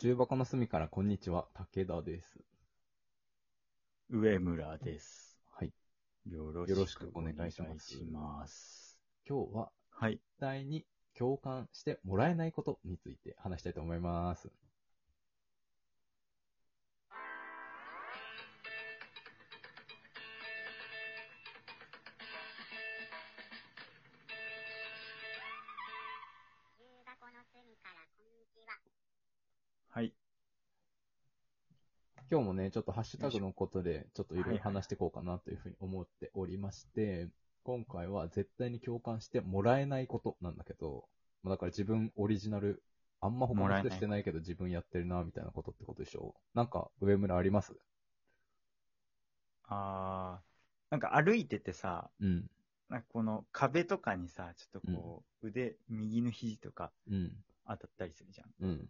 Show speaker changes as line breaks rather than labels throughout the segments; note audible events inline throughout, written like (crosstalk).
重箱の隅からこんにちは、武田です。
上村です。
はい。
よろ
よろし
し
く
く
お
お
願
願
い
い
し
し
ま
ますす。
今日は、
はい。
絶対に共感してもらえないことについて話したいと思います。
重箱の隅からこんにちは。
はい。
今日もね、ちょっとハッシュタグのことで、ちょっといろいろ
はいはいはい
話していこうかなというふうに思っておりまして、今回は絶対に共感してもらえないことなんだけど、まあだから自分オリジナル、あんま他
も
の
らえな
人
い
してないけど自分やってるな、みたいなことってことでしょなんか、上村あります
あー、なんか歩いててさ、
うん。
なんかこの壁とかにさ、ちょっとこう、腕、右の肘とか
うん。
当たったりするじゃん。
うん。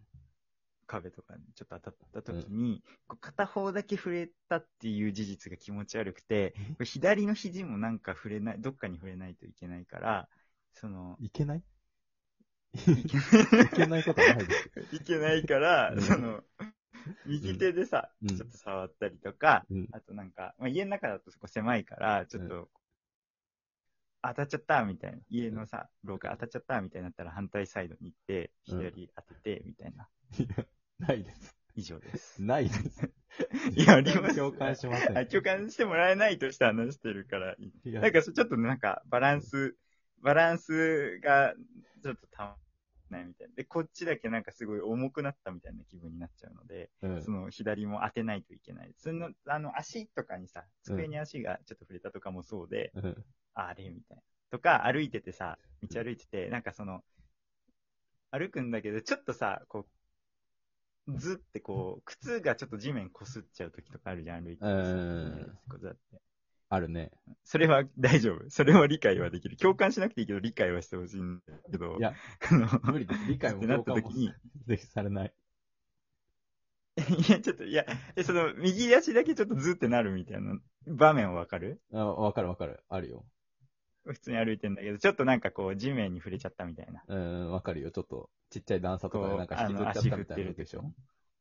壁とかにちょっと当たった時に、こう片方だけ触れたっていう事実が気持ち悪くて
え、、
これ左の肘もなんか触れない、どっかに触れないといけないから、その (laughs)
いけない
いけ
いけないことはないです。 (laughs)
(laughs) いけないから
う、ん
その、右手でさ、
うん
ちょっと触ったりとか、
うん。
あとなんか、まあ、家の中だとそこ狭いから、ちょっと、当たっちゃったみたいな。家のさ、廊下当たっちゃったみたいになったら反対サイドに行って、
うん
左当てて、みたいな。
いやないです。
以上です。
ないです。
(laughs) いやあります
共感しません。
あ共感してもらえないとして話してるから、
いや
なんかそちょっとなんかバランス、バランスがちょっとたまんないみたいな。で、こっちだけなんかすごい重くなったみたいな気分になっちゃうので、
うん
その左も当てないといけない。その、あの足とかにさ、机に足がちょっと触れたとかもそうで、
うん
あれみたいな。とか、歩いててさ、道歩いてて、なんかその、歩くんだけど、ちょっとさ、こう、ずってこう、靴がちょっと地面こすっちゃう時とかあるじゃん、歩いててさ。
うん
こうだって
あるね。
それは大丈夫。それは理解はできる。共感しなくていいけど、理解はしてほしいんだけど。
いや、
あの、
無理です。理解
って
も
な
共
った
感
時
も
に、
ぜひされない。
(laughs) いや、ちょっと、いや、えその、右足だけちょっとずってなるみたいな場面はわかる
あわかるわかる。あるよ。
普通に歩いてんだけど、ちょっとなんかこう、地面に触れちゃったみたいな。
うん、わかるよ。ちょっと、ちっちゃい段差とかでなんか
こう
引きずっちゃったみたいな
あの足振ってる
ことでしょ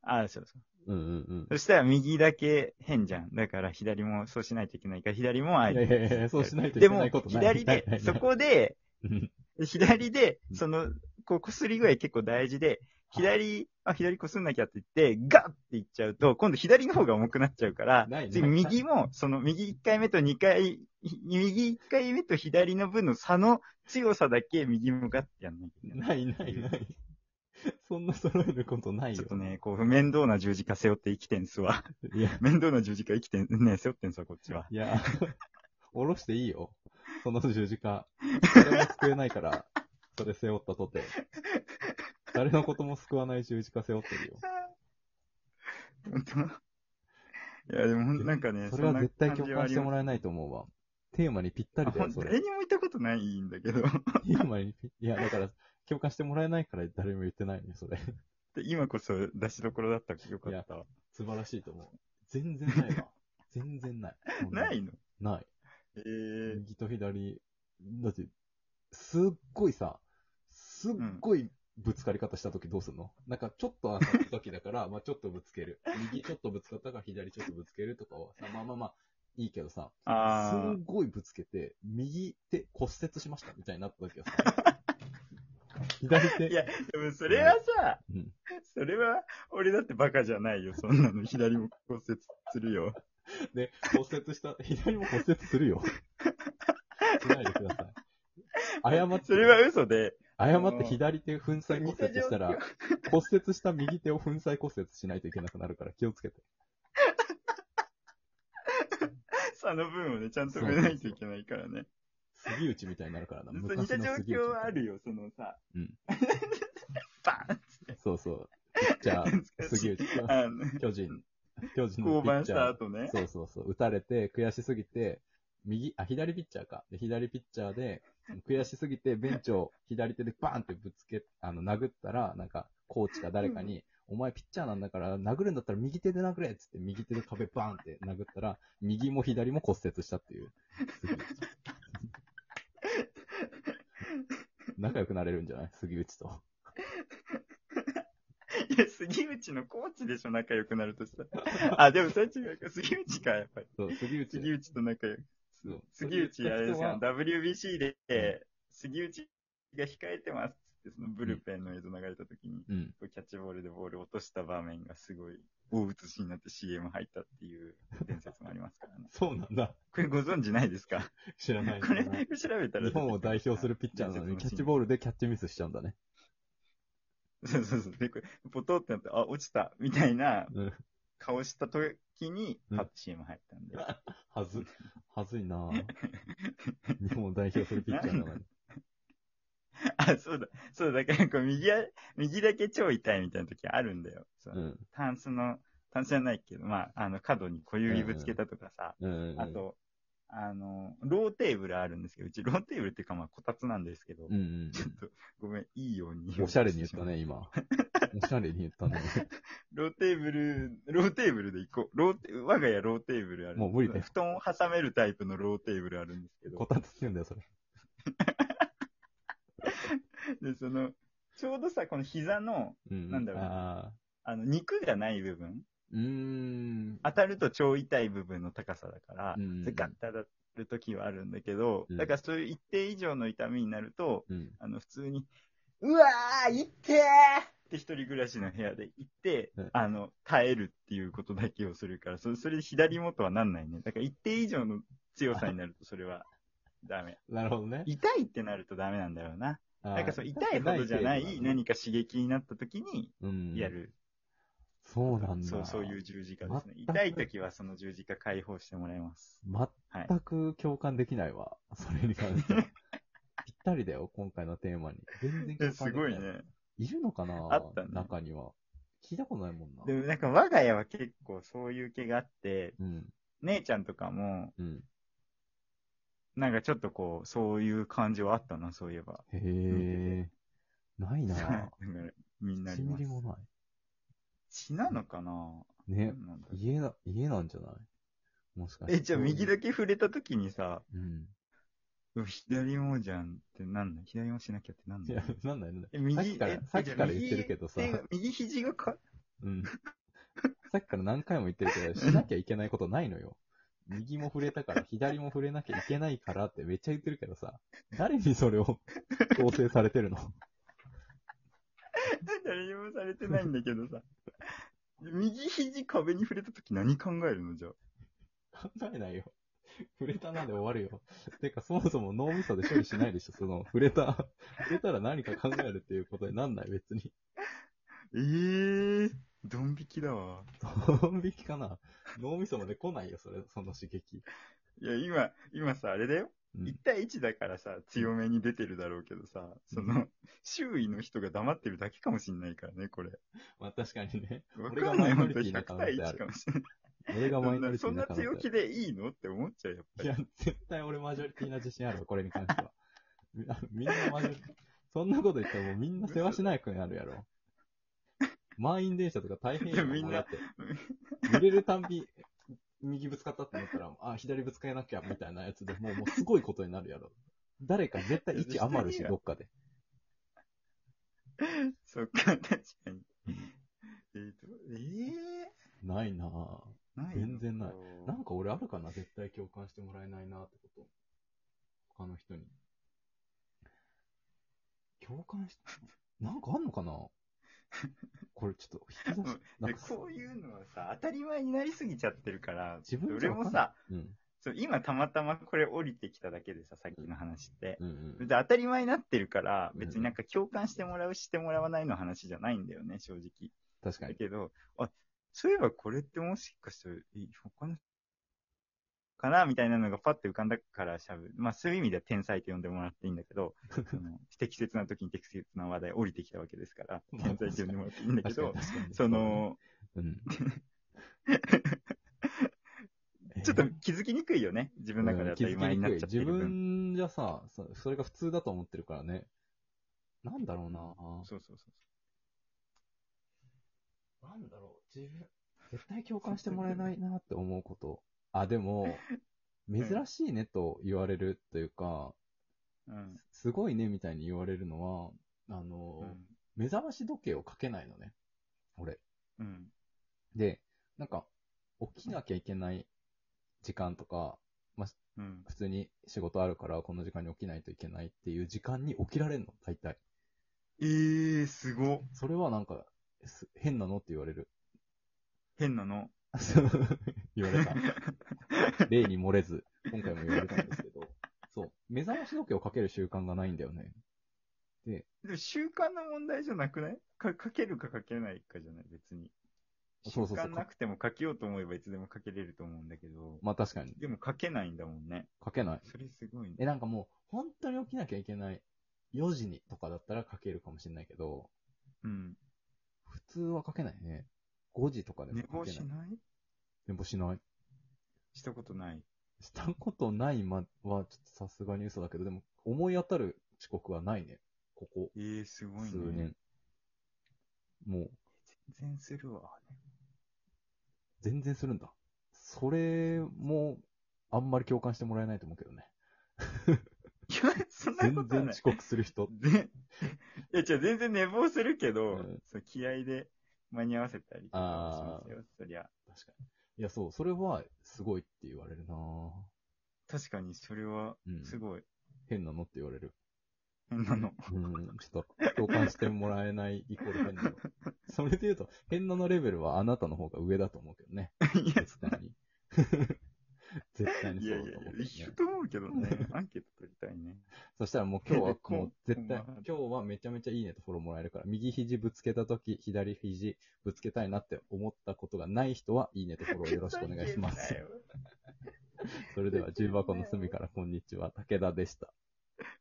あ、そうそ
う
う。
んうん
そしたら右だけ変じゃん。だから左もそうしないといけないから、左もあ
うん。いや
え
い
て。
やいや、そうしないとい
で
けな
も
いこと、ない。
左
ないな
で、
い
そこで、
うん
左で
う、ん
その、こう、擦り具合結構大事で、左、あ、左擦んなきゃって言って、ガッって言っちゃうと、今度左の方が重くなっちゃうから
ない、
次
ない
右も、その右1回目と2回、右1回目と左の分の差の強さだけ右もガッてやんなきゃいけない。
ないないない。そんな揃えることない
ちょ
よ
っ。とね、こう、面倒な十字架背負って生きてんすわ。
いや、
面倒な十字架生きてん、ね、背負ってんすわ、こっちは。 (laughs)
いや、おろしていいよ。その十字架。誰も救えないから、それ背負ったとて。誰のことも救わない十字架背負ってるよ。
本当いや、でもほん、なんかね、
それは絶対共感しても
ら
らえないと思うわ。テーマにぴったりだよ、そ
誰
れ。
にも言ったことないんだけど。
テーマにぴ、いや、だから、共感してもらえないから誰も言ってないね、それ。
で今こそ出しどころだったよかったわ。
素晴らしいと思う。全然ないわ。全然ない。
ないの
(laughs) ない。
えー、
右と左、だって、すっごいさ、すっごいぶつかり方した時どうすんの、なんかちょっと当たった時だ
(laughs)
から、まあちょっとぶつける。右ちょっとぶつかったから左ちょっとぶつけるとかはさ、まあまあまあ、いいけどさ、す
あ
んごいぶつけて、右手骨折しましたみたいになった時はさ、
(laughs)
左手。
ー。いや、でもそれはさ、
うん
それは、俺だってバカじゃないよ。そんなの左も骨折するよ。
で、骨折した、左も骨折する
(laughs)
よ。しないでください。謝って、
それは嘘で、
謝って左手粉砕骨折したら、骨折した右手を粉砕骨折しないといけなくなるから気をつけて。
その分をね、ちゃんと埋めないといけないからね。
杉内みたいになるからな。
そう似
昔
た
の
状
杉内。
況はあるよ、そのさ。
うん。
(laughs) バーン
そうそう。ピッ
(laughs)
チャー、杉内。
あの
巨人。巨人の
降
ピッ
板
チ
し
ャー
た。後ね。
そうそうそう。打たれて、悔しすぎて、右、あ、左ピッチャーか。で左ピッチャーで、悔しすぎて、ベンチを左手でバーンってぶつけ、あの、殴ったら、なんか、コーチか誰かに、お前ピッチャーなんだから、殴るんだったら右手で殴れっつって、右手で壁バーンって殴ったら、右も左も骨折したって (laughs) いう。杉内仲良くなれるんじゃない杉内と。
いれ杉内のコーチでしょ、仲良くなるとしたら。あ、でもそれ違うか。杉内か、やっぱり。
そう、杉内。
杉内と仲良く。
そう
杉内、あれですよ
は
WBC で
う、
杉内が控えてますって、そのブルペンの映像流れた時に、
うん。
キャッチボールでボール落とした場面がすごい大写しになって CM 入ったっていう伝説もありますからね。
(laughs) そうなんだ。
これご存知ないですか
知ら
こ
ないな。
れ調べたら。
日本を代表するピッチャーなのに、キャッチボー
ー
ルでキャッチミスしちゃうんだね。
ル。そうそうそう。で、これ、ポトってなって、あ、落ちた、みたいな
うん。
顔した時に、
うん
パッと CM 入ったんで。
は
(laughs)
ず、はずいなぁ日本を代表するピッチャーなのに。
(laughs) あ、そうだ。そうだ。だから、こう、右あ、右だけ超痛いみたいな時あるんだよ。 (laughs) そう
うん。
タンスの、タンスじゃないけど、まあ、あの、角に小指ぶつけたとかさ、
うんうんうん。
あと、あの、ローテーブルあるんですけど、うちローテーブルっていうか、まあ、こたつなんですけど、
うんうん
ちょっと、ごめん、いいように
うん。おしゃれに言った。ね、今。おしゃれに言った
(laughs)
ね。
ローテーブル、ローテーブルで行こう。ローテ、我が家ローテーブルあるんですけど。
もう無理だよ
布団を挟めるタイプのローテーブルあるんですけど
こ。たつって言うんだよ、それ。
で、その、ちょうどさ、この膝の、
うん。
なんだろう
あ
あの、肉がない部分、
ーうーん。
当たると超痛い部分の高さだから、
うんうんうん
でガッて当たる時はあるんだけど、
うん
だからそういう一定以上の痛みになると、
うん。
あの、普通に、うわー、痛ってーって一人暮らしの部屋で行って、
うん
あの、耐えるっていうことだけをするから、それ、それで左元はなんないね。だから一定以上の強さになると、それは、 (laughs) ダメ。
なるほどね。
痛いってなるとダメなんだろうな。
あー
なんかそう、痛いほどじゃない何か刺激になった時に、
うん。
や。る、
そうなんだ。
そう、そういう十字架ですね。
全く
痛い時はその十字架解放してもらいます。はい。
全く共感できないわ。 (laughs) それに関して
(laughs)
は。ぴったりだよ、今回のテーマに。全然共
え
感
す
できな
ご
い。
いね。
いるのかな
あったね
中には。聞いたことないもんな。
でもなんか我が家は結構そういう系があって、
うん、
姉ちゃんとかも、
うん。
なんかちょっとこう、そういう感じはあったな、そういえば。
へえ。ない
(laughs) だから
な
みんなあり
1ミ
ま
リも
す。
な。
血なのかない
ね
な、んだろう
家な、家なんじゃないもしかして。
え、じゃあ右だけ触れた時にさ、
うん。
うわ左もじゃんってなんだ左もしなきゃってなん
い
だ
や、なんだよ、なんだ
え
よ。
右
さっきから
え、
さっきから言ってるけどさ
じゃあ。右手右肘がか、 (laughs)
うん。 (laughs) さっきから何回も言ってるけど、しなきゃいけないことないのよ。右も触れたから、左も触れなきゃいけないからってめっちゃ言ってるけどさ、誰にそれを強制されてるの
誰にもされてないんだけどさ。右肘壁に触れた時何考えるのじゃあ。
考えないよ。触れたなで終わるよ。てか、そもそも脳みそで処理しないでしょ、その、触れた、触れたら何か考えるっていうことになんない、別に。
ええー、ドン引きだわ。
ドン引きかな脳みそまで来ないよ、それ、その刺激。
いや、今、今さ、あれだよ。
うん
1対1だからさ、強めに出てるだろうけどさ、その、周囲の人が黙ってるだけかもしんないからね、これ。
まあ確かにね。
わ
俺が
かんない
マ
も
イノ
ん
リティ
と
な
100
可能
対
性あ
1
る
かもしれない。
俺がマイノリテ
そ
ィ
んな
な
そ
可
ん
能
な
性
強気でいいのって思っちゃう、やっぱ
い
り。
や、絶対俺マジョリティな自信あるわ、これに関しては。 (laughs) みみんなマジョリティ。そんなこと言ったらもうみんな世話しないくんやるやろ。満員電車とか大変や
みん
だ
な
って揺れるたんび、右ぶつかったって思ったら、あ、左ぶつけなきゃ、みたいなやつでもう、もうすごいことになるやろ。誰か絶対1余るし、どっかで。
そっか、確かに
うん。
えーと、え
ないなぁ。
ー、ない
全然ない
こう
なんか俺あるかな絶対共感してもらえないなってこと。他の人に。共感
(laughs)
し、なんかあんのかなこれちょっと引き出し、なん
で
か
こういうのはさ、当たり前になりすぎちゃってるから、
自分じ
俺
ゃわ
も
かんない
さ、そう今たまたまこれ降りてきただけでさ、さっきの話って。
うん。うんう
で
ん。
当たり前になってるから、
うん
別になんか共感してもらう、してもらわないの話じゃないんだよね、正直。
確か
だ
に。
けど、あ、そういえばこれってもしかしたら、え他の、かなみたいなのがパッと浮かんだからしゃべる。まあそういう意味では天才って呼んでもらっていいんだ
(laughs)
けど、その適切な時に適切な話題降りてきたわけですから、
まあ
天才って呼んでもらっていいんだけ
確かに
ど、
確かに。
そ、の、
うん。
(laughs) ちょっと気づきにくいよね。自分の中で
うん
当たり前になっちゃって
自
る分。
分じゃさ、そそれが普通だと思ってるからね。なんだろうなぁ。
そうそうそう。
なんだろう、自分、絶対共感してもらえないなって思うこと。あ、でも、
ん
珍しいねと言われるというか、
うん。
すごいねみたいに言われるのは、あの、
うん
目覚まし時計をかけないのね。俺。
うん。
で、なんか、起きなきゃいけない時間とか、
うん。
普通に仕事あるからこの時間に起きないといけないっていう時間に起きられんの、大体。
えー、すご。
それはなんか、す変なのって言われる。
変なの。
そう (laughs) 言われた。例に漏れず、今回も言われたんですけど、そう、目覚まし時計をかける習慣がないんだよね。
でも習慣の問題じゃなくないかかけるかかけないかじゃない、別に。習
そうそうそう
慣なくてもかけようと思えばいつでもかけれると思うんだけど、
まあ確かに、
でもかけないんだもんね。
かけない。
それすごい
え、
ね。
なんかもう、本当に起きなきゃいけない。4時にとかだったらかけるかもしれないけど、
うん。
普通はかけないね。5時とかでも
寝
かけな
坊
い。
しない
寝坊しない。
したことない。
したことないまは、ちょっとさすがに嘘だけど、でも、思い当たる遅刻はないね。ここ、
えー、すごい
数
ね。
年。もう、
全然するわ。
全然するんだ。それも、あんまり共感してもらえないと思うけどね。
いや、そんなこ
全
とは
然
ない
遅。刻する人。
で、 (laughs) いや、じゃ全然寝坊するけど、
うん
そう気合で間に合わせたりとかはしますよ、そりゃ。
確かに。いや、そう、それは、すごいって言われるなぁ
確かに、それは
うん、
すごい。
変なのって言われる。
変なの。
うん、ちょっと、共感してもらえないイコール変なの。それで言うと、変なのレベルはあなたの方が上だと思うけどね。
(laughs) いや、
絶対に。 (laughs) 絶対に
い
そ
や
う
いや
だと思うけどね、
一緒と思うけどね。
(laughs)
アンケート取りたいね。
そしたらもう今日は
こん
もう絶対
こんばんは、
今日はめちゃめちゃいいねとフォローもらえるから、右肘ぶつけたとき、左肘ぶつけたいなって思ったことがない人は、いいねとフォローよろしくお願いしま
ふざ
す
けん。なよ
それでは、重箱の隅からこんにちは、武田でした。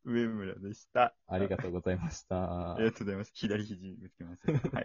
上村でした。
ありがとうございました
あり。がとうございます。左肘ぶつけます。はい。